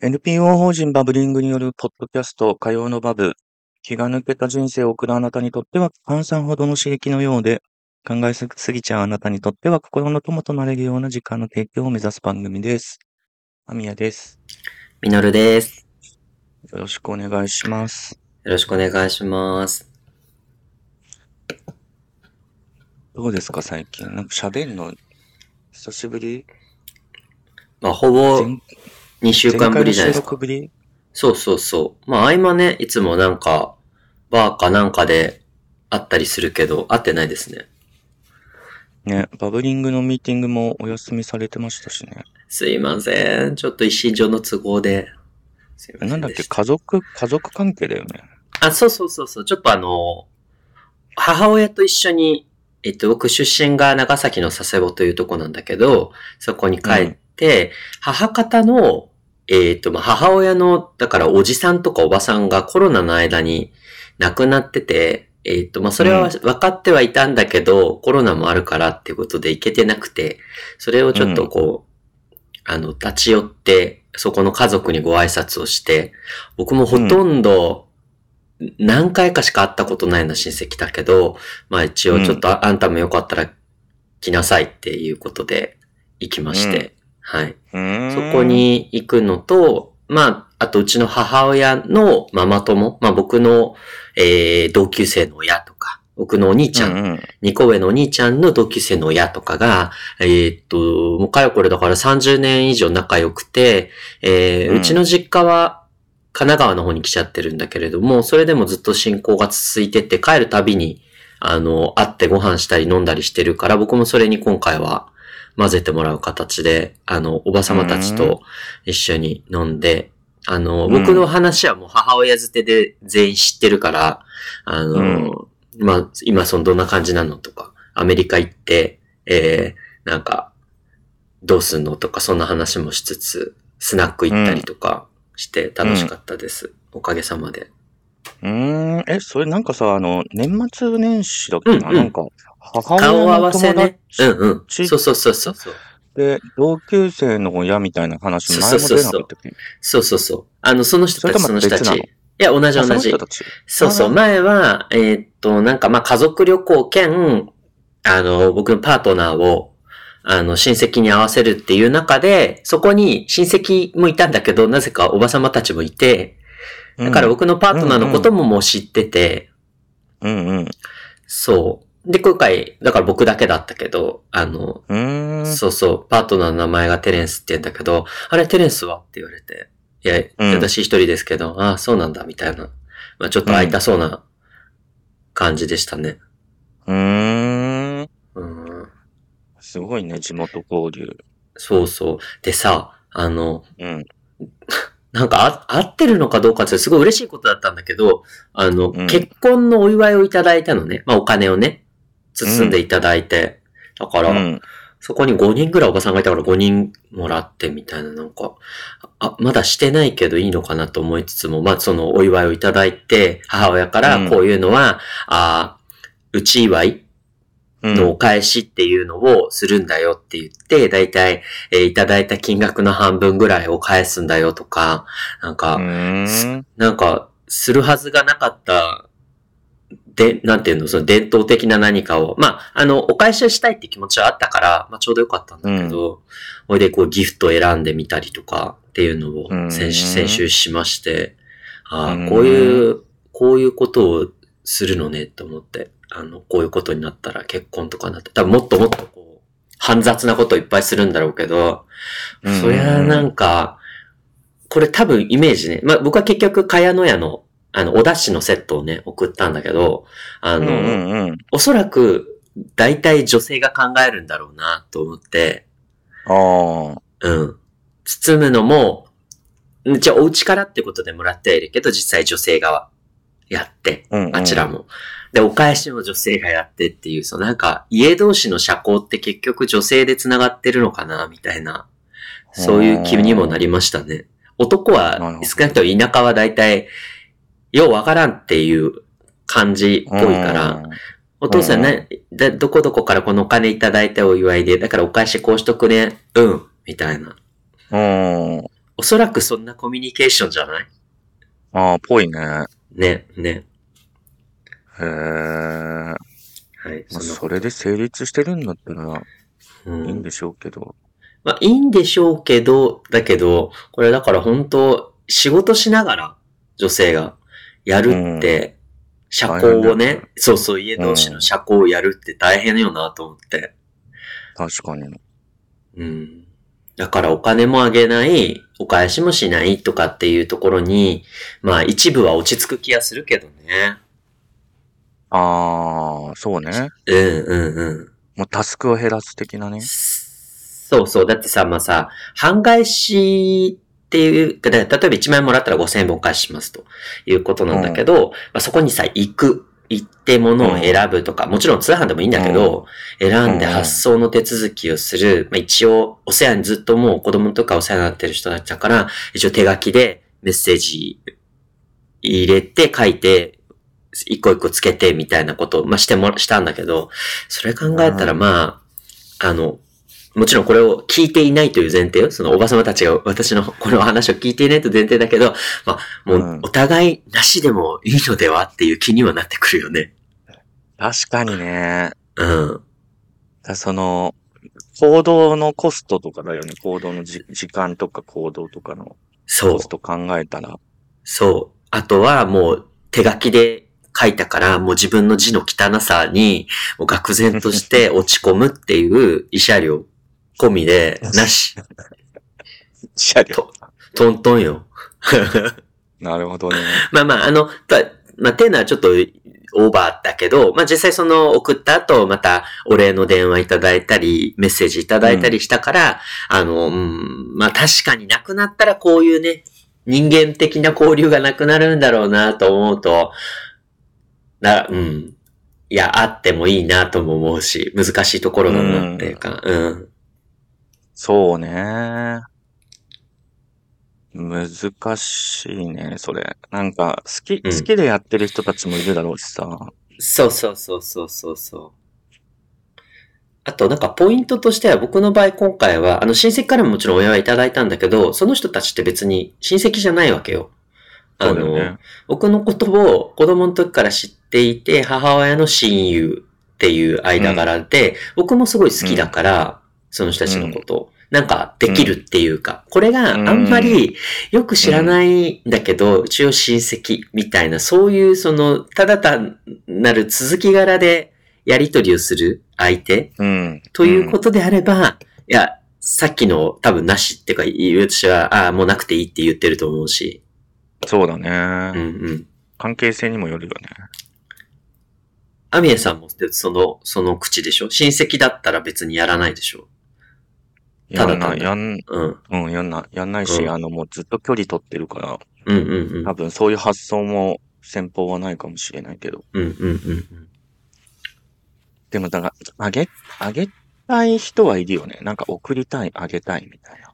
NPO 法人バブリングによるポッドキャスト、火曜のバブ。気が抜けた人生を送るあなたにとっては、換算ほどの刺激のようで、考えすぎちゃうあなたにとっては、心の友となれるような時間の提供を目指す番組です。アミヤです。みのるです。よろしくお願いします。よろしくお願いします。どうですか、最近。なんか喋るの、久しぶりまあ、ほぼ前2週間ぶりじゃな前回の収いですか。録ぶりそうそうそう。まあ、合間ね、いつもなんか、バーかなんかで会ったりするけど、会ってないですね。ね、バブリングのミーティングもお休みされてましたしね。すいません。ちょっと一身上の都合で。すいませんでした。なんだっけ、家族、家族関係だよね。あ、そうそうそうそう。ちょっとあの、母親と一緒に、えっと、僕出身が長崎の佐世保というとこなんだけど、そこに帰って、母方の、えっと、まあ、母親の、だからおじさんとかおばさんがコロナの間に亡くなってて、えっと、まあ、それは分かってはいたんだけど、コロナもあるからっていうことで行けてなくて、それをちょっとこう、あの、立ち寄って、そこの家族にご挨拶をして、僕もほとんど、何回かしか会ったことないような親戚だけど、まあ一応ちょっとあ,、ん、たもよかったら来なさいっていうことで行きまして、はい。うーんそこ、に行くのと、まあ、あとうちの母親のママ友、まあ僕の、えー同級生の親とか、僕のお兄ちゃんうんうん二個上のお兄ちゃんの同級生の親とかが、えーっと、もうかれこれだから30年以上仲良くて、えーううんちの実家は神奈川の方に来ちゃってるんだけれども、それでもずっと親交が続いてて、帰るたびに、あの、会ってご飯したり飲んだりしてるから、僕もそれに今回は混ぜてもらう形で、あの、おばさまたちと一緒に飲んで、あの、うん僕の話はもう母親捨てで全員知ってるから、あの、まあ、今そのどんな感じなのとか、アメリカ行って、えー、なんか、どうすんのとか、そんな話もしつつ、スナック行ったりとかして楽しかったです。おかげさまで。うーん、え、それなんかさ、あの、年末年始だっけな、うんうなんんか、母親顔合のわせ友ね。うん達うん。ちそうそうそうそう。で、同級生の親みたいな話、前も出なかったっけそうそうそう。あの、その人たそち、それのと人も別たち。ないのや、同じあそ同のじ人。たち。そうそあう。ー前は、えーっと、なんかまあ家族旅行兼、あの、僕のパートナーを、あの、親戚に会わせるっていう中で、そこに親戚もいたんだけど、なぜかおばさまたちもいて、だから僕のパートナーのことももう知ってて、うん、うんうん。うそう。で、今回、だから僕だけだったけど、あの、ーん。そうそう、パートナーの名前がテレンスって言うんだけど、あれ、テレンスはって言われて、いや、うん私一人ですけど、ああ、そうなんだ、みたいな。まあちょっと空いたそうな感じでしたね。うーん。うん、すごいね、地元交流。そうそう。でさ、あの、うん。なんかあ合ってるのかどうかってすごい嬉しいことだったんだけど、あの、うん結婚のお祝いをいただいたのね。まあお金をね、包んでいただいて。だから、うん。そこに5人ぐらいおばさんがいたから5人もらってみたいな、なんか、あ、まだしてないけどいいのかなと思いつつも、まあ、そのお祝いをいただいて、母親かうんらこういうのは、あーうち祝いうんのお返しっていうのをするんだよって言って、だいたい、えーいただいた金額の半分ぐらいを返すんだよとか、なんか、うーん。なんか、するはずがなかった、で、なんていうの、その伝統的な何かを、まあ、あの、お返しをしたいって気持ちはあったから、まあ、ちょうどよかったんだけど、ほいで、こう、ギフトを選んでみたりとかっていうのうんを先週、先週しまして、あうんあ、こういう、こういうことをするのねと思って、あの、こういうことになったら結婚とかになって、多分もっともっとこう、煩雑なこといっぱいするんだろうけど、うんそりゃなんか、これ多分イメージね。まあ、僕は結局、茅野屋の、あの、お出汁のセットをね、送ったんだけど、あうんの、うんうん。おそらく、大体女性が考えるんだろうな、と思って、ああ。うん。包むのも、んじゃあお家からってことでもらってはいるけど、実際女性がやって、うんうんあちら。も。で、お返しも女性がやってっていう、そうなんか、家同士の社交って結局女性で繋がってるのかな、みたいな、そういう気にもなりましたね。男なるほはど、少なくとも田舎は大体、ようわからんっていう感じっぽいから、お父さんね、だどこどこからこのお金いただいてお祝いで、だからお返しこうしとくね、うん、みたいな。うん。うん。おおそらくそんなコミュニケーションじゃないああ、ぽいね。ね、ね。へえ。まはい。あ、のそれで成立してるんだったらうんいいんでしょうけど。まあ、いいんでしょうけど、だけど、これだから本当、仕事しながら女性がやるって、社大交を変だよねね、そうそう、家同士の社交をやるって大変よなと思って。確かに。うん。だからお金もあげない、お返しもしないとかっていうところに、まあ一部は落ち着く気がするけどね。ああ、そうね。うんうんうん。もうタスクを減らす的なね。そうそう。だってさ、まあさ、半返しっていう、だ例えば1万円もらったら5000円分お返ししますということなんだけど、まあ、そこにさ、行く、行ってものを選ぶとか、もちろん通販でもいいんだけど、選んでうん発送の手続きをする、まあ、一応、お世話にずっともう子供とかお世話になってる人たちだから、一応手書きでメッセージ入れて書いて、一個一個つけてみたいなことを、まあ、しても、したんだけど、それ考えたらうんまあ、あの、もちろんこれを聞いていないという前提よ。そのおばさまたちが私のこの話を聞いていないという前提だけど、まあ、もううんお互いなしでもいいのではっていう気にはなってくるよね。確かにね。うん。だその、行動のコストとかだよね。行動のじ時間とか行動とかのそうコス。ト考えたら。そう。あとはもう手書きで書いたから、もう自分の字の汚さに、もう愕然として落ち込むっていう慰謝料込みで、なし。車両。トントンよ。なるほどね。 まあまあ、あの、たまあ、ていうのはちょっとオーバーだけど、まあ実際その送った後、またお礼の電話いただいたり、メッセージいただいたりしたから、あの、うん、まあ確かになくなったらこういうね、人間的な交流がなくなるんだろうなと思うと、な、うん。いや、あってもいいなとも思うし、難しいところだなっていうか、うん。そうね。難しいね、それ。なんか、好き、う好んきでやってる人たちもいるだろうしさ。そうそうそうそうそうそう。あと、なんかポイントとしては僕の場合今回は、あの親戚からももちろんお祝いいただいたんだけど、その人たちって別に親戚じゃないわけよ。あそうだの、よね。僕のことを子供の時から知っていて、母親の親友っていう間柄で、僕もすごい好きだから、その人たちのことを。なんかできるっていうか、これがあんまりよく知らないんだけど、一応親戚みたいな、そういうその、ただ単なる続き柄でやり取りをする相手うん。ということであれば、いや、さっきの多分なしっていうか、私は、ああ、もうなくていいって言ってると思うし、と。そうだうんね。うん。関係性にもよるよね。アミエさんもその、その口でしょ親戚だったら別にやらないでしょやんただな単い、にやん、うん。うんうん、やんない、やんないし、うんあの、もうずっと距離取ってるから、うんうん。多分そういう発想も先方はないかもしれないけど。うんうんうんでも、だから、あげ、あげたい人はいるよね。なんか送りたい、あげたいみたいな。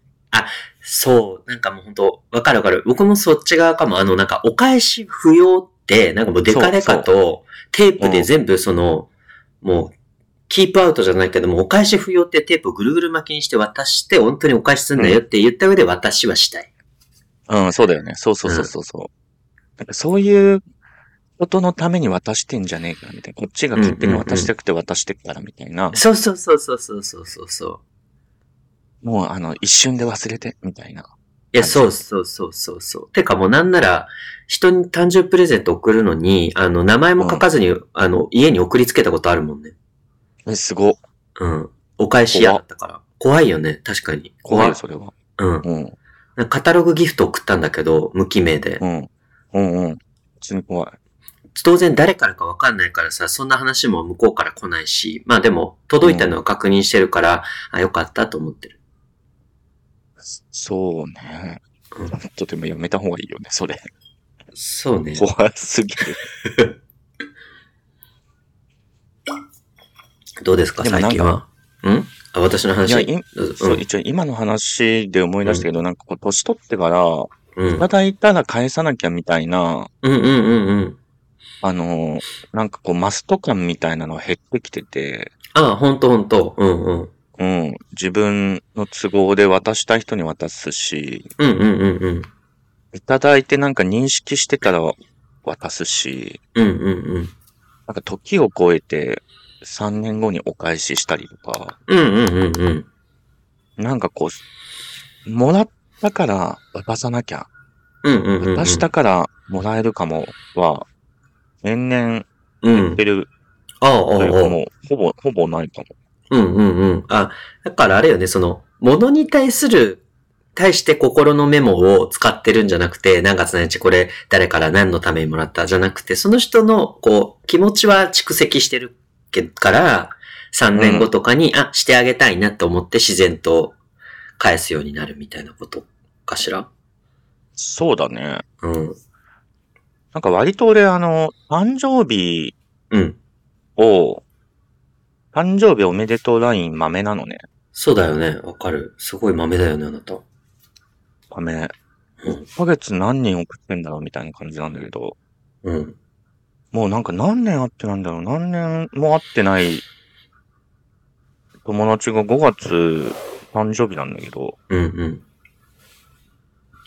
そう、なんかもう本当わかるわかる。僕もそっち側かも。あの、なんかお返し不要って、なんかもうデカデカとテープで全部その、もう、キープアウトじゃないけども、お返し不要ってテープをぐるぐる巻きにして渡して、本当にお返しすんだよって言った上で私はしたい。うん、そうだよね。そうそうそうそうそう。なんかそういうことのために渡してんじゃねえか、みたいな。こっちが勝手に渡したくて渡してっから、みたいな。そうそうそうそうそうそうそうそう。もう、あの、一瞬で忘れて、みたいな。いや、感じそうそうそうそうそう。てかもうなんなら、人に誕生日プレゼント送るのに、あの、名前も書かずに、あの、家に送りつけたことあるもんね。え、すご。うん。お返し屋だったから。怖いよね、確かに。怖いよ、い。それは。うん。うん。なんかカタログギフト送ったんだけど、無記名でう。ん。うんうん。普通に怖い。当然誰からかわかんないからさ、そんな話も向こうから来ないし、まあでも、届いたのは確認してるから、あ、よかったと思ってる。そうね。うんちょっとでもやめた方がいいよね、それ。そうね。怖すぎる。どうですか、でも最なんか近は。んあ、私のいや、話。いどうぞそう、一応今の話で思い出したけど、なんかこう、年取ってから、うん。ういんただいたら返さなきゃみたいな、うんうんうんうん。あのー、なんかこう、マスト感みたいなのが減ってきてて、ああ、ほんとほんと。うんうん。うん。自分の都合で渡したい人に渡すし、うんうんうんうん。いただいてなんか認識してから渡すし、うんうんうん。なんか時を超えて3年後にお返ししたりとか、うんうんうんうん。なんかこう、もらったから渡さなきゃ、うんうんうんうん。渡したからもらえるかもは、年々う減っん。てるああ、ああ、というかああ。もう、ほぼ、ほぼないかも。うんうんうん。あ、だからあれよね、その、物に対する、対して心のメモを使ってるんじゃなくて、何月何日これ誰から何のためにもらったじゃなくて、その人の、こう、気持ちは蓄積してるけから、3年後とかに、あ、してあげたいなと思って自然と返すようになるみたいなことかしらそうだね。うん。なんか割と俺あの、誕生日うん。を、誕生日おめでとうライン豆なのね。そうだよね。わかる。すごい豆だよね、あなた。豆。うん1ヶ月何人送ってんだろうみたいな感じなんだけど、うん。もうなんか何年会ってないんだろう何年も会ってない友達が5月誕生日なんだけど、うんうん。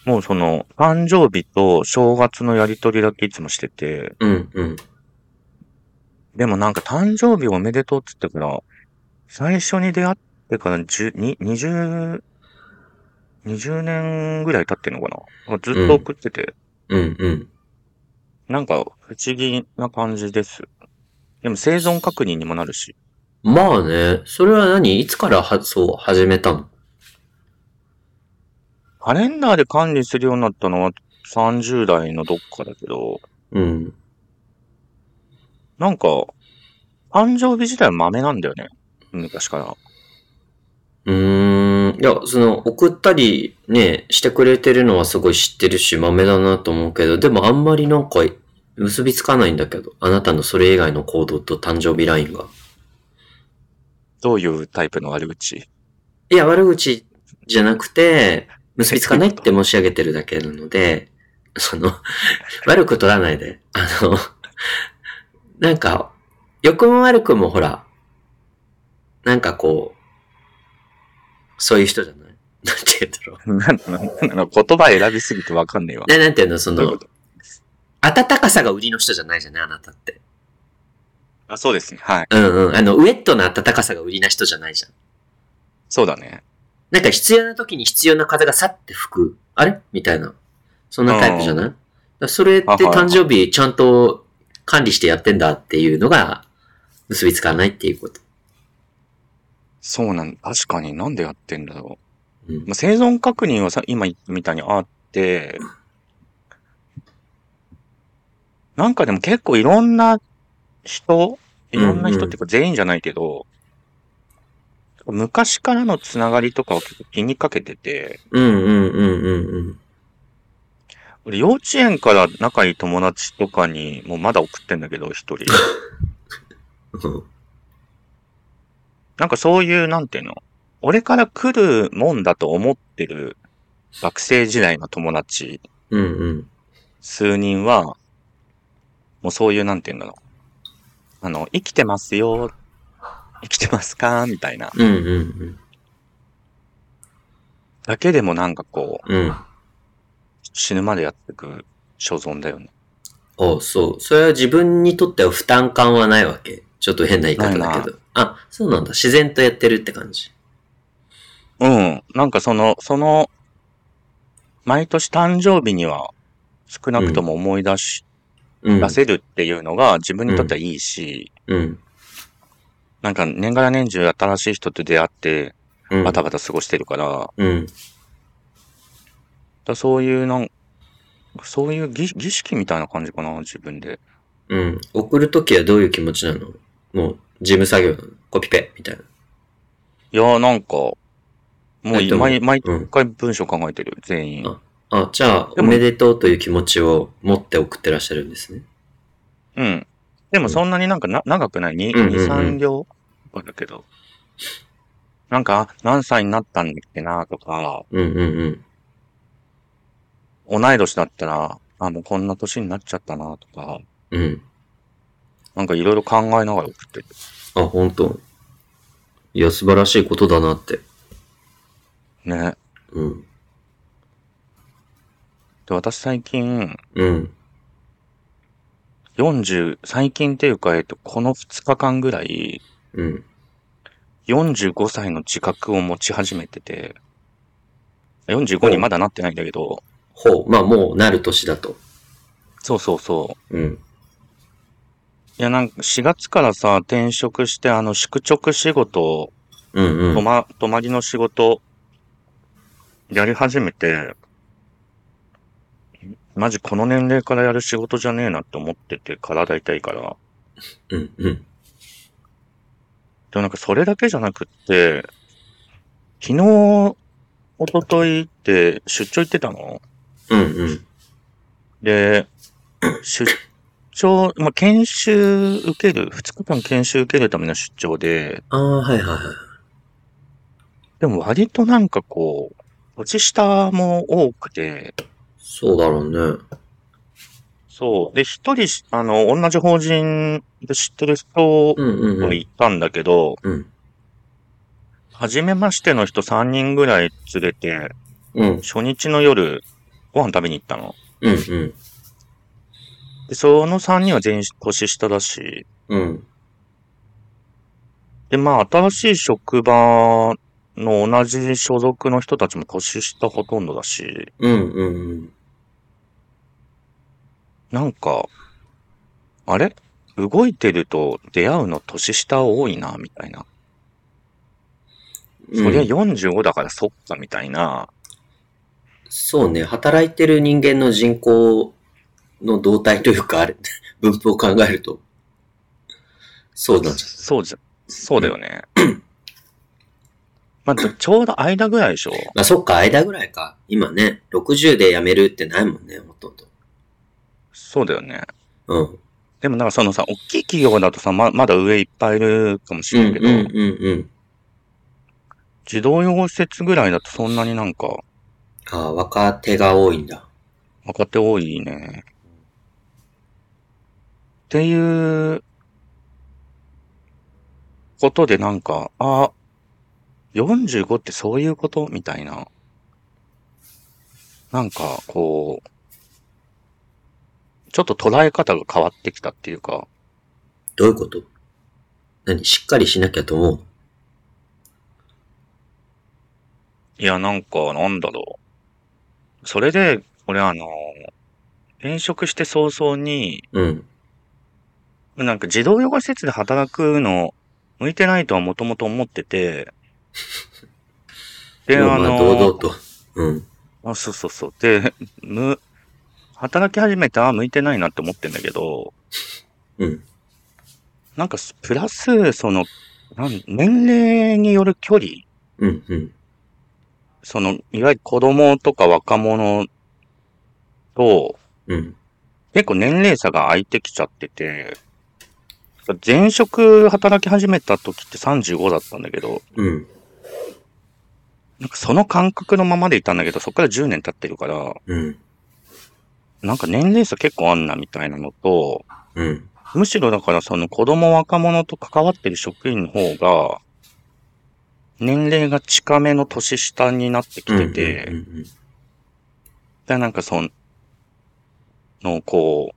もうその誕生日と正月のやりとりだけいつもしてて、うんうん。でもなんか誕生日おめでとうって言ってから、最初に出会ってから10に20、20年ぐらい経ってんのかなずっと送ってて、うんうん。なんか不思議な感じです。でも生存確認にもなるし、まあね、それは何いつからは、そう、始めたのカレンダーで管理するようになったのは30代のどっかだけど、うん。なんか、誕生日自体は豆なんだよね。昔から。うーん。いや、その、送ったりね、してくれてるのはすごい知ってるし、豆だなと思うけど、でもあんまりなんか、結びつかないんだけど、あなたのそれ以外の行動と誕生日ラインが。どういうタイプの悪口 いや、悪口じゃなくて、結びつかないって申し上げてるだけなので、その、悪く取らないで。あの、なんか、良くも悪くもほら、なんかこう、そういう人じゃない なんて言うんだろなんなんなの言葉選びすぎてわかんねえわう。。ななんて言うのそどういうのこ、と温かさが売りの人じゃないじゃないあなたって。あ、そうですね。はい。うんうん。あの、ウェットな温かさが売りな人じゃないじゃん。そうだね。なんか必要な時に必要な風がさって吹く。あれみたいな。そんなタイプじゃないだからそれってあはいはい誕生日ちゃんと管理してやってんだっていうのが結びつかないっていうこと。そうなん確かになんでやってんだろうんう。まあ、生存確認はさ、今言ったみたいにあって、なんかでも結構いろんな人、いろんな人っていうか全員じゃないけど、昔からのつながりとかを結構気にかけてて、うんうんうんうんうん。俺幼稚園から仲いい友達とかに、もうまだ送ってんだけど、一 人。うんなんかそういう、なんていうの俺から来るもんだと思ってる学生時代の友達うんうん。数人は、もうそういう、なんていうんだろう。あの、生きてますよ。生きてますかみたいな。うんうんだけでもなんかこう、うん。うん。あ死ぬまでやってく所存だよね。そう。それは自分にとっては負担感はないわけ。ちょっと変な言い方だなけいど。あ、そうなんだ。自然とやってるって感じ。うん。なんかその、その、毎年誕生日には少なくとも思い出し、うん。出せるっていうのが自分にとってはいいし、うん。なんか年がら年中新しい人と出会ってうん。バタバタ過ごしてるから、だかうん。らそういうなん、そういう儀儀式みたいな感じかな、自分で。うん。送るときはどういう気持ちなのもう、事務作業なのコピペみたいな。いやーなんか、もえでうも毎、毎うん回文章考えてる、全員。あ、じゃあ、でおもめでとうという気持ちを持って送ってらっしゃるんですね。うん。でもそんなになんかな長くない ?2、うんうんうん二3行とかだけど。なんか、あ何歳になったんだっけなとか、うんうんうん。同い年だったら、あ、もうこんな年になっちゃったなとか、うん。なんかいろいろ考えながら送ってる。あ、本当。いや、素晴らしいことだなって。ね。うん。で、私最近、うん。 40、最近っていうか、えっと、この2日間ぐらい、うん。 45歳の自覚を持ち始めてて、45にまだなってないんだけど、ほう。まあ、もうなる年だと。そうそうそう。うん。いや、なんか4月からさ、転職して、あの、宿直仕事、うんう泊ん。ま、泊まりの仕事、やり始めて、マジこの年齢からやる仕事じゃねえなって思ってて、体痛いから。うんうん。でもなんかそれだけじゃなくって、昨日、一昨日って出張行ってたのうんうん。で、出張、まあ、研修受ける、2日間研修受けるための出張で、ああ、はいはいはい。でも割となんかこう、年下も多くて、そうだろうね。そう。で、一人し、あの、同じ法人で知ってる人とうんうんうん。行ったんだけど、うん。初めましての人3人ぐらい連れて、うん初日の夜、ご飯食べに行ったの。うんうん。で、その3人は全員年下だし、うん。で、まあ、新しい職場の同じ所属の人たちも年下ほとんどだし、うんうんうん。なんか、あれ動いてると出会うの年下多いな、みたいな。そりゃ45だからそっか、みたいな。そうね、働いてる人間の人口の動態というか、あれ、 分布を考えると、そうなんじそうじゃ、そうだよね。まあ、ちょうど間ぐらいでしょゃ。あ、そっか、間ぐらいか。今ね、60で辞めるってないもんね、ほとんど。そうだよね。うん。でもなんかそのさ、大きい企業だとさ、ま、まだ上いっぱいいるかもしうんれなういんけど、うんうん。児童養護施設ぐらいだとそんなになんか、ああ、若手が多いんだ。若手多いね。っていう、ことでなんか、あ、45ってそういうことみたいな。なんか、こう、ちょっと捉え方が変わってきたっていうか、どういうこと何しっかりしなきゃと思ういや、なんか、なんだろう。それで、俺あの、転職して早々に、うん。なんか児童養護施設で働くの、向いてないとはもともと思って て、で、もうあまあ、の、堂々と。うん。あそうそうそう。で、む、働き始めた向いてないなって思ってんだけど、うん。なんかす、プラス、その、なん年齢による距離、うんうん。その、いわゆる子供とか若者と、うん。結構年齢差が空いてきちゃってて、前職働き始めた時って35だったんだけど、うん。なんかその感覚のままでいたんだけど、そこから10年経ってるから、うん。なんか年齢差結構あんなみたいなのと、うん。むしろだからその子供若者と関わってる職員の方が、年齢が近めの年下になってきてて、うんうんで、なんかその、の、こ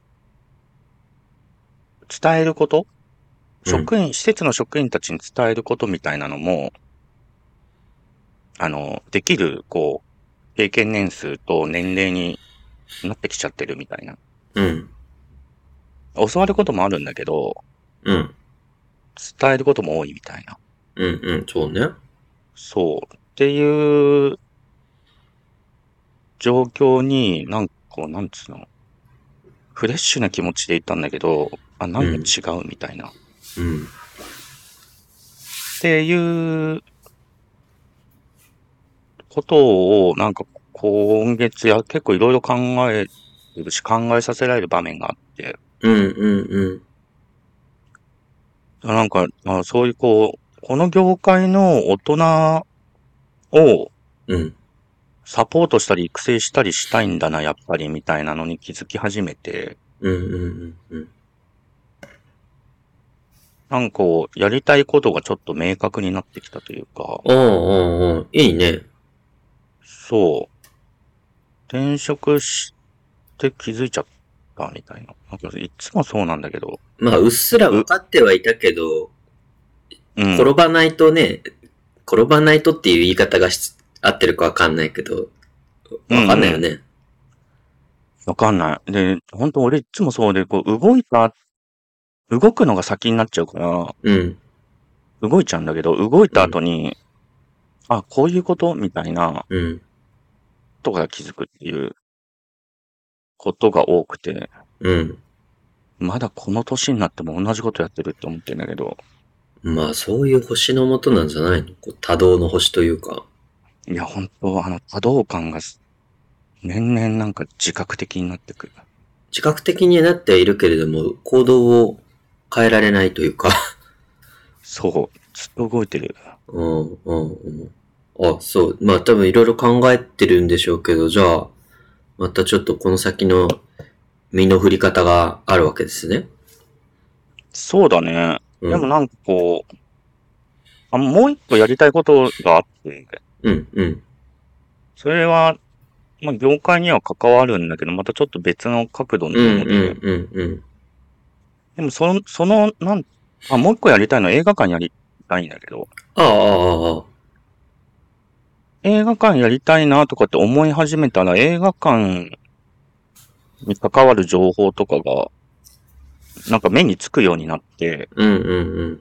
う、伝えることうん職員、施設の職員たちに伝えることみたいなのも、あの、できる、こう、経験年数と年齢になってきちゃってるみたいな。うん。教わることもあるんだけど、うん。伝えることも多いみたいな。うんうん、そうね。そう。っていう、状況に、なんかこう、なんつうの、フレッシュな気持ちでいたんだけど、あ、なんか違うみたいな。っうん。ていう、ことを、なんか、今月や、結構いろいろ考えるし、考えさせられる場面があって、うんうんあなんか、あそういうこう、この業界の大人を、うん。うん。サポートしたり育成したりしたいんだな、やっぱり、みたいなのに気づき始めて、うんうんうんうん。なんかこう、やりたいことがちょっと明確になってきたというか、うんうんうん。いいね。そう。転職して気づいちゃったみたいな。なんかいつもそうなんだけど。まあ、うっすら分かってはいたけど、うん。転ばないとね、転ばないとっていう言い方がし合ってるか分かんないけど、分かんないよね。わかんない。で、本当俺いつもそうで、こう、動いた、動くのが先になっちゃうから、うん。動いちゃうんだけど、動いた後に、あ、こういうことみたいな、うん。とか気づくっていう、ことが多くて、うん。まだこの年になっても同じことやってるって思ってんだけど、まあ、そういう星のもとなんじゃないのこう多動の星というか。いや、本当あの、多動感がす、年々なんか自覚的になってくる。自覚的になっているけれども、行動を変えられないというか。そう、ずっと動いてる。うん、うん、うん。あ、そう。まあ多分いろいろ考えてるんでしょうけど、じゃあ、またちょっとこの先の身の振り方があるわけですね。そうだね。うん、でもなんかこう、あもう一個やりたいことがあって、うん、うん。それは、まあ、業界には関わるんだけど、またちょっと別の角度のうん、ものうで、ん、うん、うん。でもその、その、なん、あ、もう一個やりたいのは映画館やりたいんだけど、ああ、ああ、ああ。映画館やりたいなとかって思い始めたら、映画館に関わる情報とかが、なんか目につくようになって、うん、うん、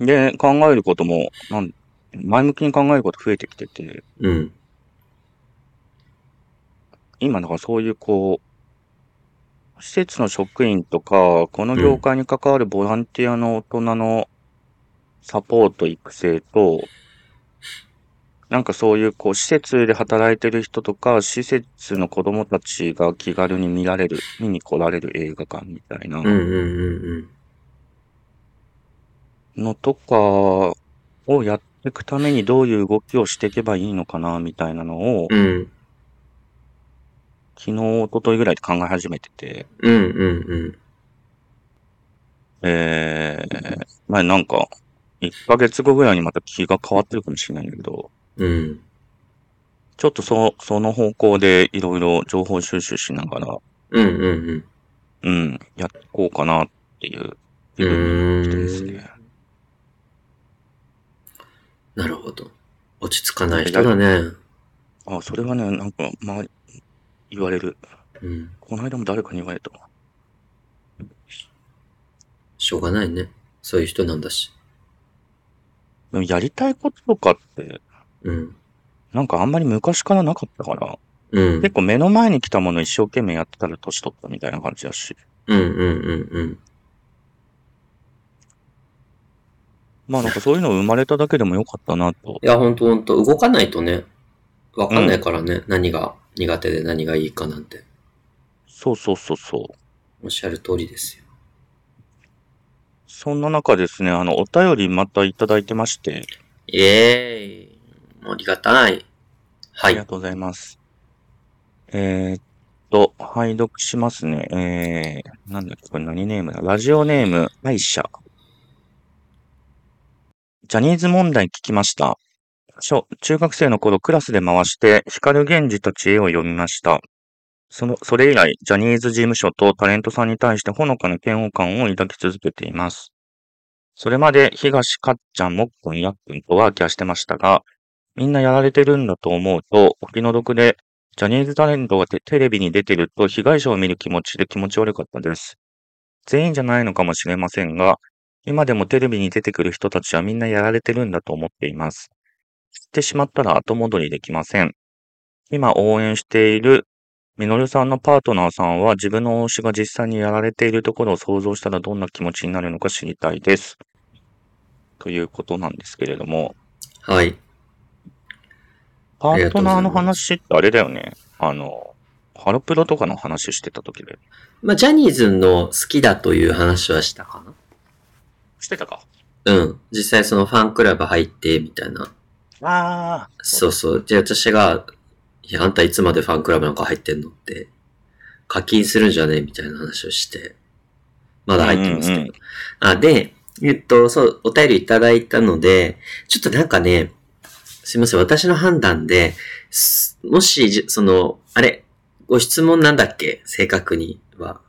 うん。で、考えることも、なん前向きに考えること増えてきてて、うん。今だからそういうこう、施設の職員とか、この業界に関わるボランティアの大人のサポート育成と、なんかそういうこう、施設で働いてる人とか、施設の子供たちが気軽に見られる、見に来られる映画館みたいなうん、うん、うん、のとかをやっていくためにどういう動きをしていけばいいのかな、みたいなのを、うん。うん、昨日、一昨日ぐらいで考え始めてて、うん、うん、うん。えー、前なんか、1ヶ月後ぐらいにまた気が変わってるかもしれないんだけど、うん。ちょっとそその方向でいろいろ情報収集しながら、うん、うん、うん。うん、やっていこうかなっていう気分になってですうーね。なるほど。落ち着かない人だね。あ、それはね、なんか、まあ、言われる。うん。この間も誰かに言われた。しょうがないね。そういう人なんだし。でもやりたいこととかって、うん。なんかあんまり昔からなかったから、うん。結構目の前に来たもの一生懸命やってたら年取ったみたいな感じだし。うんうんうんうん。まあなんかそういうの生まれただけでもよかったなと。いや、ほんとほんと、動かないとね、わかんないからね、何が苦手で何がいいかなんて。そうそうそうそう。おっしゃる通りですよ。そんな中ですね、あの、お便りまたいただいてまして、イエーイ。ありがたい。はあい。りがとうございます。えーっと、拝読しますね。えー、なんだっけ、これ何ネームだラジオネーム、歯医者。ジャニーズ問題聞きました。小中学生の頃クラスで回して、光源氏たち絵を読みました。その、それ以来、ジャニーズ事務所とタレントさんに対してほのかな嫌悪感を抱き続けています。それまで東かっちゃん、もっくん、やっくんとワーキャーしてましたが、みんなやられてるんだと思うと、お気の毒で、ジャニーズタレントがテテレビに出てると被害者を見る気持ちで気持ち悪かったです。全員じゃないのかもしれませんが、今でもテレビに出てくる人たちはみんなやられてるんだと思っています。知ってしまったら後戻りできません。今応援しているみのるさんのパートナーさんは自分の推しが実際にやられているところを想像したらどんな気持ちになるのか知りたいです。ということなんですけれども、はい。パありーがとトうごナーざいますの話ってあれだよね。あの、ハロプロとかの話してた時で。まあ、ジャニーズの好きだという話はしたかなしてたかうん。実際そのファンクラブ入って、みたいな。ああ。そうそう。で、私が、いや、あんたいつまでファンクラブなんか入ってんのって、課金するんじゃねえみたいな話をして、まだ入ってますけど。うんうんあで、えっと、そう、お便りいただいたので、ちょっとなんかね、すいません、私の判断で、すもしじ、その、あれ、ご質問なんだっけ正確には。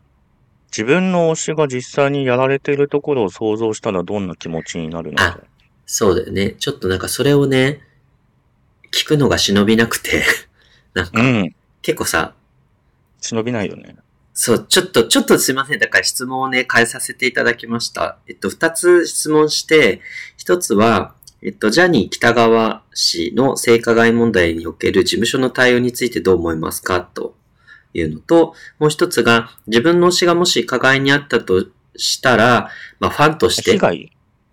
自分の推しが実際にやられているところを想像したらどんな気持ちになるのか。そうだよね。ちょっとなんかそれをね、聞くのが忍びなくて、 なんうか、ん。結構さ、忍びないよね。そう、ちょっと、ちょっとすいません。だから質問をね、変えさせていただきました。えっと、二つ質問して、一つは、えっと、ジャニー北川氏の性加害問題における事務所の対応についてどう思いますかというのと、もう一つが、自分の推しがもし加害にあったとしたら、まあ、ファンとして被、害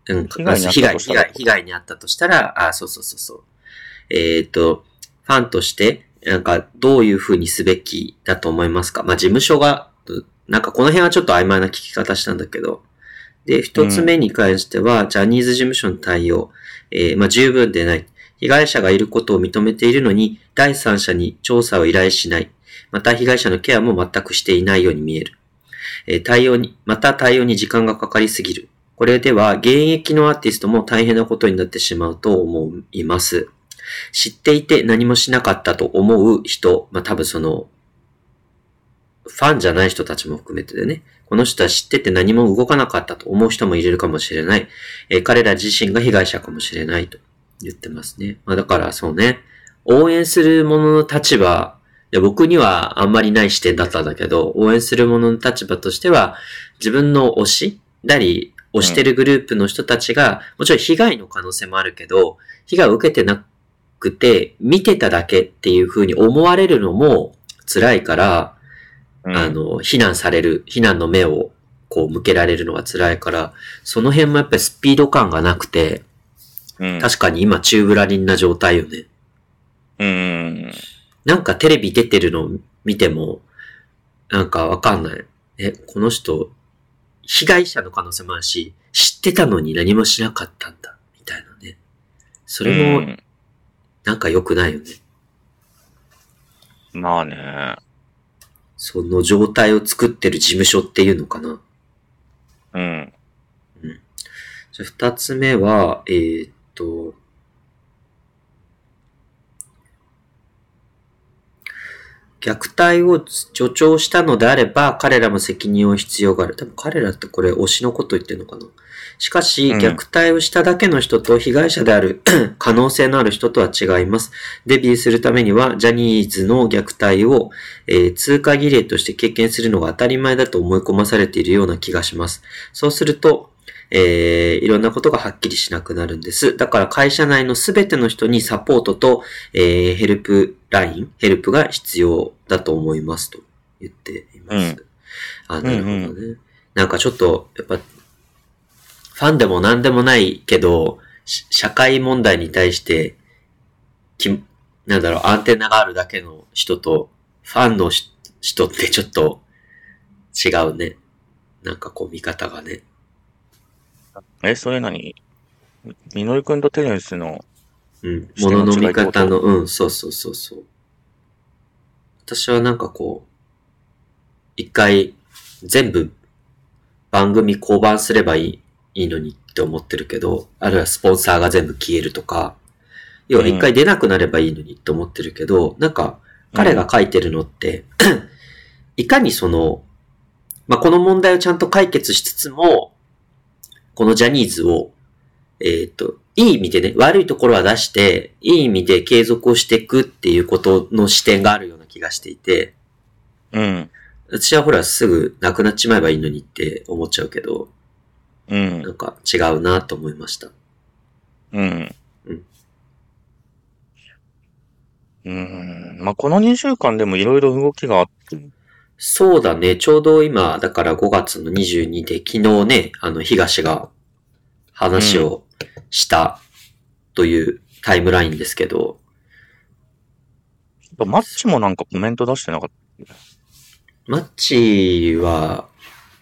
うん、被害に遭あ被った害、とした被ら害、被害にあったとしたら、あ、そうそうそうそう。えっ、と、ファンとして、なんか、どういうふうにすべきだと思いますかまあ、事務所が、うなんかこの辺はちょっと曖昧な聞き方したんだけど。で、一つ目に関しては、ジャニーズ事務所の対応。えーまあ、十分でない。被害者がいることを認めているのに、第三者に調査を依頼しない。また被害者のケアも全くしていないように見える。えー対応に、また対応に時間がかかりすぎる。これでは現役のアーティストも大変なことになってしまうと思います。知っていて何もしなかったと思う人、まあ多分その、ファンじゃない人たちも含めてでね、この人は知ってて何も動かなかったと思う人もいれるかもしれない。えー彼ら自身が被害者かもしれないと言ってますね。まあだからそうね、応援する者の立場、いや僕にはあんまりない視点だったんだけど、応援する者の立場としては、自分の推しなり、推してるグループの人たちが、もちろん被害の可能性もあるけど、被害を受けてなくて、見てただけっていう風に思われるのも辛いから、うんあの、避難される、避難の目をこう向けられるのが辛いから、その辺もやっぱりスピード感がなくて、うん確かに今中ブラリンな状態よね。うん。なんかテレビ出てるのを見ても、なんかわかんない。え、この人、被害者の可能性もあるし、知ってたのに何もしなかったんだ、みたいなね。それうも、んなんか良くないよね。まあね。その状態を作ってる事務所っていうのかな。うん。じゃあ二つ目は、えーっと、虐待を助長したのであれば、彼らも責任を必要がある。多分彼らってこれ推しのこと言ってるのかな。しかし、うん虐待をしただけの人と被害者である 可能性のある人とは違います。デビューするためには、ジャニーズの虐待を、えー通過儀礼として経験するのが当たり前だと思い込まされているような気がします。そうすると、えーいろんなことがはっきりしなくなるんです。だから会社内のすべての人にサポートと、えーヘルプライン、ヘルプが必要だと思いますと言っています。うんあ、なるほどね。うなんかちょっと、やっぱ、ファンでも何でもないけど、し社会問題に対して、きなんだろう、アンテナがあるだけの人と、ファンのし人ってちょっと違うね。なんかこう見方がね。え、それ何みのりくんとテレンスの、うん。視も点のの違いの見ってこと方の、うん、そうそうそうそう。私はなんかこう、一回、全部、番組降板すればいいいいのにって思ってるけど、あるいはスポンサーが全部消えるとか、要は一回出なくなればいいのにって思ってるけど、なんか、彼が書いてるのって、 いかにその、まあ、この問題をちゃんと解決しつつも、このジャニーズを、えっ、と、いい意味でね、悪いところは出して、いい意味で継続をしていくっていうことの視点があるような気がしていて、うん。私はほらすぐなくなっちまえばいいのにって思っちゃうけど、うんな。んか違うなと思いました。うんうん。うん。まあ、この2週間でもいろいろ動きがあって、そうだね。ちょうど今、だから5月の22で、昨日ね、あの、東が話をしたというタイムラインですけど、マッチもなんかコメント出してなかっマッチは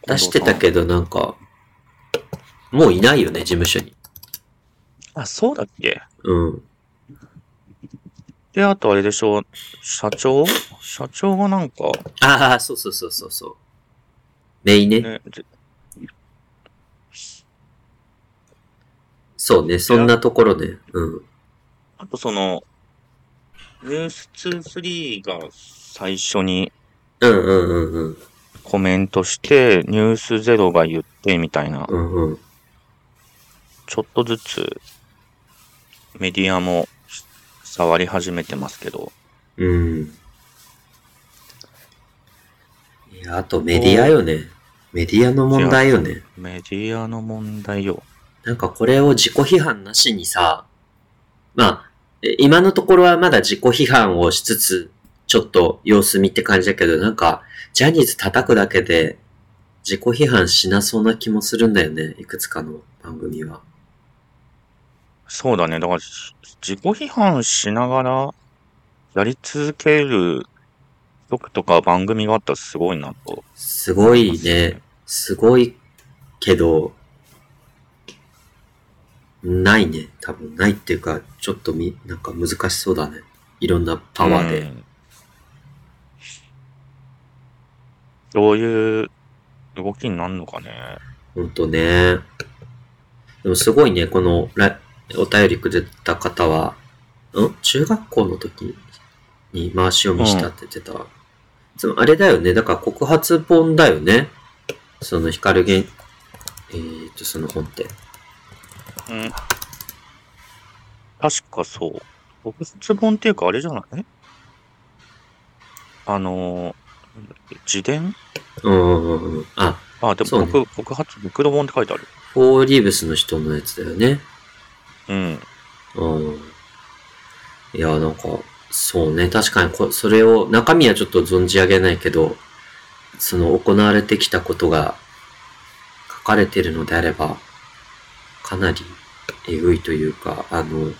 た。出してたけど、なんか、もういないよね、事務所に。あ、そうだっけうん。で、あとあれでしょう、社長社長がなんか、ああ、そうそうそうそうそう。メイね。ね、じそうね、そんなところで、うん。あとその、ニュース2、3が最初にうんうんうんうん。コメントして、ニュース0が言ってみたいな、うんうん。ちょっとずつメディアも触り始めてますけど、うん。いや、あとメディアよね。メディアの問題よね。メディアの問題よ。なんかこれを自己批判なしにさ、まあ、え今のところはまだ自己批判をしつつ、ちょっと様子見って感じだけど、なんか、ジャニーズ叩くだけで、自己批判しなそうな気もするんだよね。いくつかの番組は。そうだね。だから、し自己批判しながら、やり続ける曲とか番組があったらすごいなと。すごいね。すごいけど、ないね。多分ないっていうか、ちょっとみ、なんか難しそうだね。いろんなパワーで。うんどういう動きになるのかね。ほんとね。でもすごいね、このラ、お便りくれた方は、ん中学校の時に回し読みしたって言ってた。つまりあれだよね、だから告発本だよね。その光源、えー、っと、その本って。うん。確かそう。僕質問っていうかあれじゃないえあのー、なんだっけ自伝うんうんうんうん。あ、あ、でそうもね僕、告発、袋本って書いてある。フォーリーブスの人のやつだよね。うん。うん。いや、なんか、そうね。確かにこ、それを、中身はちょっと存じ上げないけど、その行われてきたことが書かれてるのであれば、かなりえぐいというか、あの、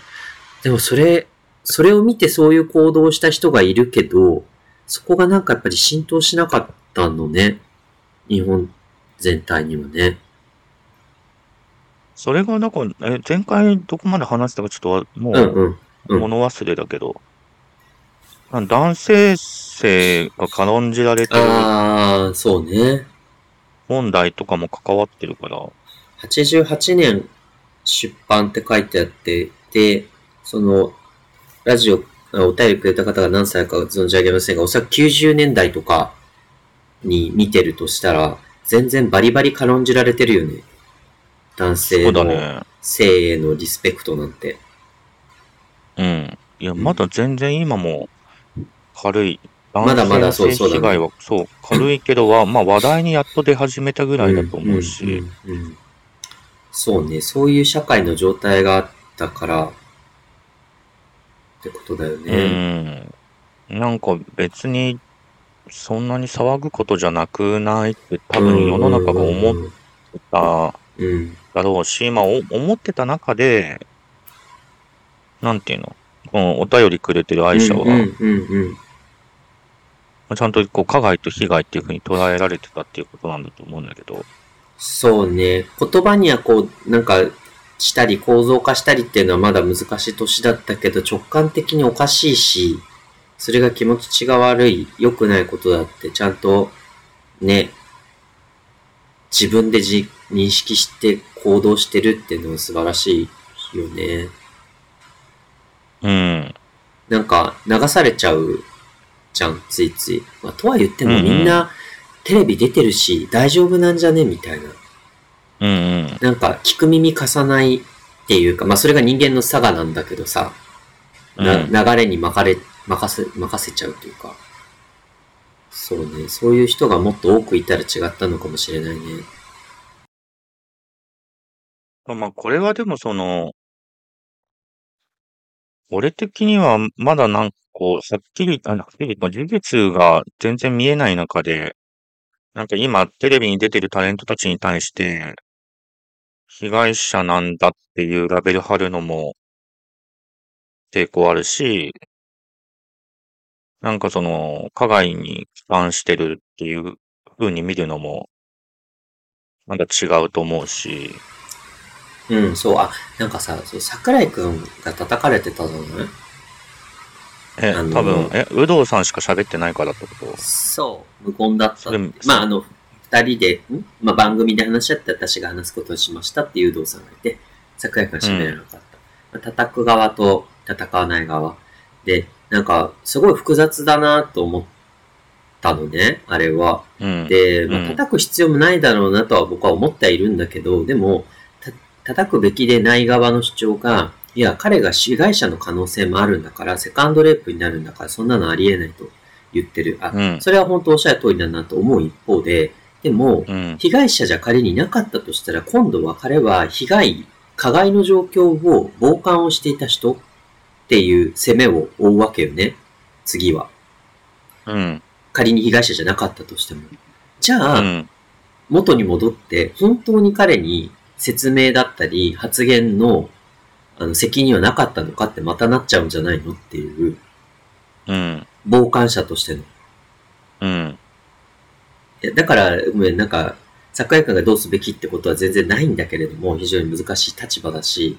でもそれ、それを見てそういう行動をした人がいるけど、そこがなんかやっぱり浸透しなかったのね。日本全体にはね。それが、なんか、え、前回どこまで話したかちょっとわ、もうんう、うん。うん物忘れだけど、あ男性性が軽んじられてるああ、そうね。問題とかも関わってるから、 88年出版って書いてあって、で、その、ラジオ、あお便りくれた方が何歳か存じ上げませんが、おそらく90年代とかに見てるとしたら、全然バリバリ軽んじられてるよね。男そ性うだのね。性へのリスペクトなんて。うん。いや、んまだ全然今も軽い。まだまだそう男性性被害は、そう、軽いけどは、まあ話題にやっと出始めたぐらいだと思うし、うんうんうんうんそうね、そういう社会の状態があったから、ってことだようね。ん。なんか別に、そんなに騒ぐことじゃなくないって多分世の中が思っうんたうん。だろうし、まあ、お思ってた中で、なんていうの、このお便りくれてる愛者は、うんうんうんうん。ちゃんとこう加害と被害っていうふうに捉えられてたっていうことなんだと思うんだけど、そうね。言葉にはこう、なんか、したり、構造化したりっていうのはまだ難しい年だったけど、直感的におかしいし、それが気持ちが悪い、良くないことだって、ちゃんと、ね、自分でじ認識して行動してるっていうのは素晴らしいよね。うん、なんか流されちゃうじゃん、ついつい。まあ、とは言ってうんもうんみんなテレビ出てるし大丈夫なんじゃねみたいな。うん、うん、なんか聞く耳貸さないっていうか、まあそれが人間の差がなんだけどさ、なうん流れに任れ、任せ、任せちゃうというか。そうね。そういう人がもっと多くいたら違ったのかもしれないね。まあ。まあ、これはでもその、俺的にはまだなんかこう、さっきり、あはっきりと事実が全然見えない中で、なんか今テレビに出てるタレントたちに対して、被害者なんだっていうラベル貼るのも抵抗あるし、なんかその、加害に帰還してるっていう風に見るのも、まだ違うと思うし、うん、そう。あ、なんかさ、そう桜井くんが叩かれてたじゃないえ、あの多分、え、有働さんしか喋ってないからってことそう、無言だったそってれ。まあ、あの、二人で、んまあ、番組で話し合って私が話すことをしましたっていう動作がいて、桜井くん喋れなかった。叩く側と叩かない側。で、なんか、すごい複雑だなと思ったのね、あれは。うん。で、うまあ、ん叩く必要もないだろうなとは僕は思ってはいるんだけど、でも、た叩くべきでない側の主張が、いや、彼が被害者の可能性もあるんだから、セカンドレイプになるんだから、そんなのありえないと言ってる。あ、うん。それは本当おっしゃる通りだなと思う一方で、でも、うん。被害者じゃ仮になかったとしたら、今度は彼は被害、加害の状況を傍観をしていた人っていう責めを負うわけよね。次は。うん。仮に被害者じゃなかったとしても。じゃあ、うん。元に戻って、本当に彼に説明だったり、発言のあの責任はなかったのかってまたなっちゃうんじゃないのっていう、うん。傍観者としての。うん。いやだから、ごめん、なんか、作家君がどうすべきってことは全然ないんだけれども、非常に難しい立場だし、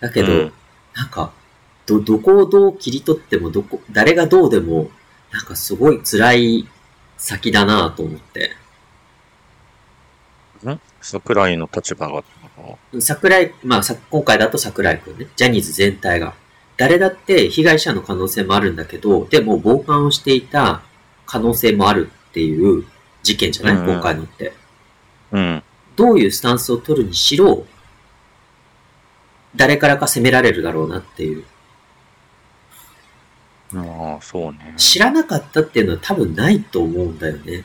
だけど、うんなんか、ど、どこをどう切り取っても、どこ、誰がどうでも、なんかすごい辛い先だなと思って。桜井の立場が。桜井、まあさ、今回だと桜井くんね、ジャニーズ全体が。誰だって被害者の可能性もあるんだけど、でも傍観をしていた可能性もあるっていう事件じゃない、うんうん今回のって。うん。どういうスタンスを取るにしろ、誰からか責められるだろうなっていう。まあ、そうね。知らなかったっていうのは多分ないと思うんだよね。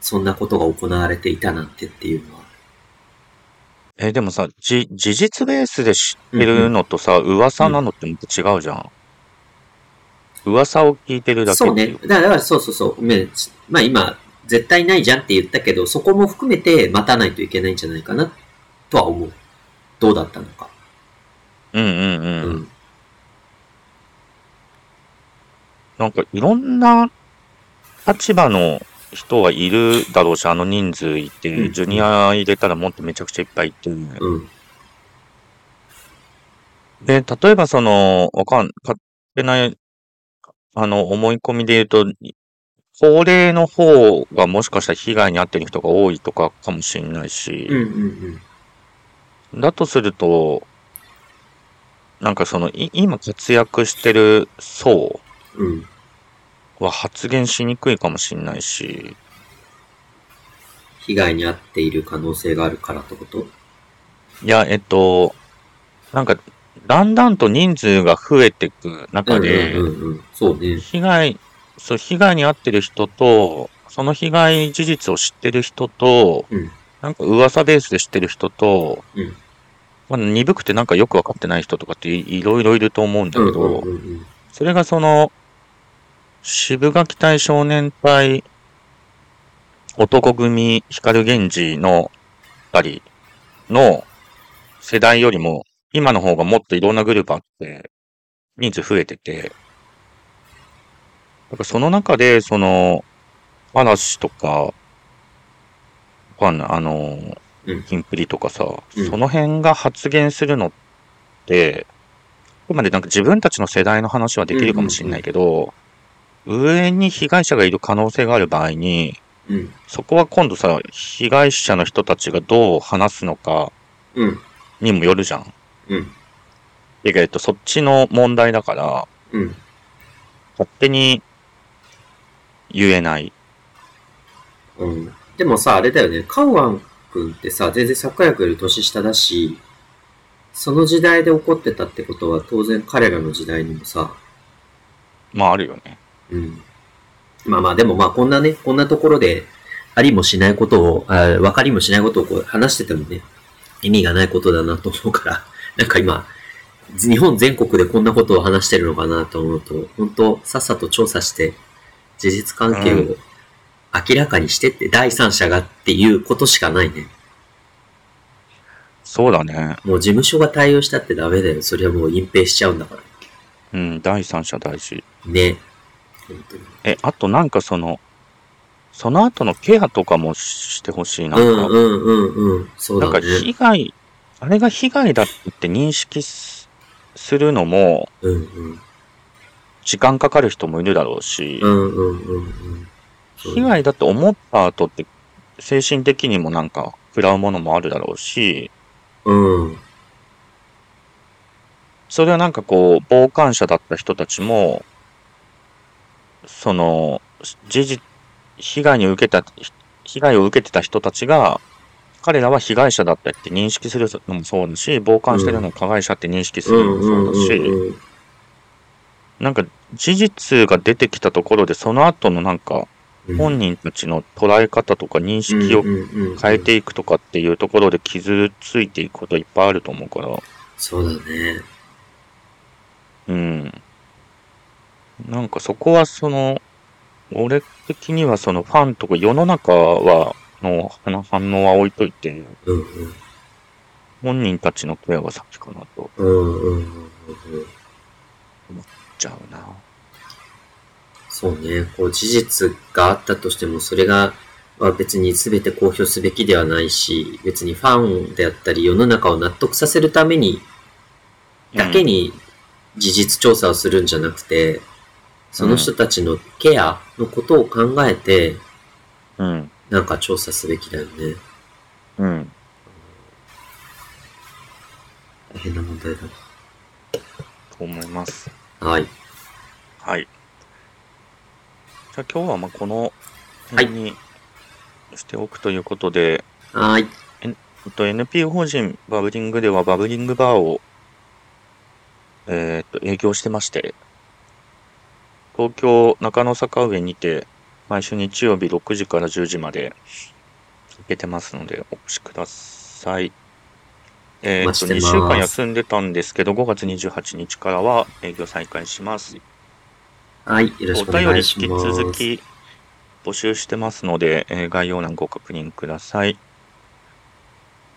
そんなことが行われていたなんてっていうのは。え、でもさ、じ、事実ベースで知ってるのとさ、噂なのってまた違うじゃん。噂を聞いてるだけそうってね。いう。だから、だからそうそうそう。ごめんまあ今、絶対ないじゃんって言ったけど、そこも含めて待たないといけないんじゃないかな、とは思う。どうだったのか。うんうんううん。ん。なんかいろんな立場の人はいるだろうし、あの人数いて、うんジュニア入れたらもっとめちゃくちゃいっぱいいて。うん。で、例えばその、わかん、勝手な、あの、思い込みで言うと、高齢の方がもしかしたら被害に遭ってる人が多いとかかもしれないし、うんうんうん。だとすると、なんかその、い今活躍してる層うん。は発言しにくいかもしれないし、被害に遭っている可能性があるからってこといや、えっと、なんか、だんだんと人数が増えていく中で、うんうんうんうん。そうね。被害、そう、被害に遭ってる人と、その被害事実を知ってる人と、うんなんか噂ベースで知ってる人と、うんまあ、鈍くてなんかよくわかってない人とかっていいろいろいると思うんだうんけうど、んうんうん。それがその、渋垣隊少年隊、男組光源氏のあたりの世代よりも、今の方がもっといろんなグループあって、人数増えてて、だからその中で、その、嵐とか、わかんない、あのうん、キンプリとかさ、うんその辺が発言するのって、あくまでなんか自分たちの世代の話はできるかもしれないけど、上に被害者がいる可能性がある場合に、うん。そこは今度さ、被害者の人たちがどう話すのかうん。にもよるじゃん。うん。えっと、そっちの問題だから、うん。勝手に言えない。うん。でもさ、あれだよね。カウアン君ってさ、全然作家役より年下だし、その時代で起こってたってことは当然彼らの時代にもさ、まああるよね。うん。まあまあ、でもまあ、こんなね、こんなところで、ありもしないことを、あ分かりもしないことをこう話しててもね、意味がないことだなと思うから、 なんか今、日本全国でこんなことを話してるのかなと思うと、本当さっさと調査して、事実関係うを明らかにしてって、第三者がっていうことしかないね。そうだね。もう事務所が対応したってダメだよ。それはもう隠蔽しちゃうんだから。うん、第三者大事。ね。本当に。え、あとなんかその、その後のケアとかもしてほしいな。うんうんうんうん。そうなんだかね。被害、あれが被害だって認識すするのも、うんうん。時間かかる人もいるだろうしう、んうんうんうん。被害だって思った後って、精神的にもなんか、食らうものもあるだろうし、うん。それはなんかこう、傍観者だった人たちも、その、事実、被害に受けた、被害を受けてた人たちが、彼らは被害者だったって認識するのもそうだし、傍観してるのも加害者って認識するのもそうだし、うん。なんか事実が出てきたところで、その後のなんか、本人たちの捉え方とか認識をを変えていくとかっていうところで傷ついていくこといっぱいあると思うから、そうだね。うん。なんかそこはその、俺的にはそのファンとか世の中は、の反応は置いといて、うん本人たちの声は先かなとうん。うんうんうんうん。思っちゃうな。そうね。こう、事実があったとしても、それが、まあ、別に全て公表すべきではないし、別にファンであったり、世の中を納得させるために、だけに事実調査をするんじゃなくて、その人たちのケアのことを考えて、うん。なんか調査すべきだよね。うん。大変な問題だと思います。な。はい。はい。じゃあ今日はまあこの辺にしておくということで、はい。えっと、NPO 法人バブリングではバブリングバーを、えーっと、営業してまして、東京中野坂上にて、毎週日曜日6時から10時まで、受けてますので、お越しください。えーおっ待ちと、して2ます週間休んでたんですけど、5月28日からは営業再開します。はい。よろしおくお便り願引いしきます。続き募集してますので、えー概要欄ご確認ください。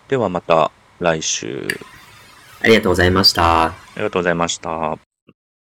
ではまた来週。ありがとうございました。ありがとうございました。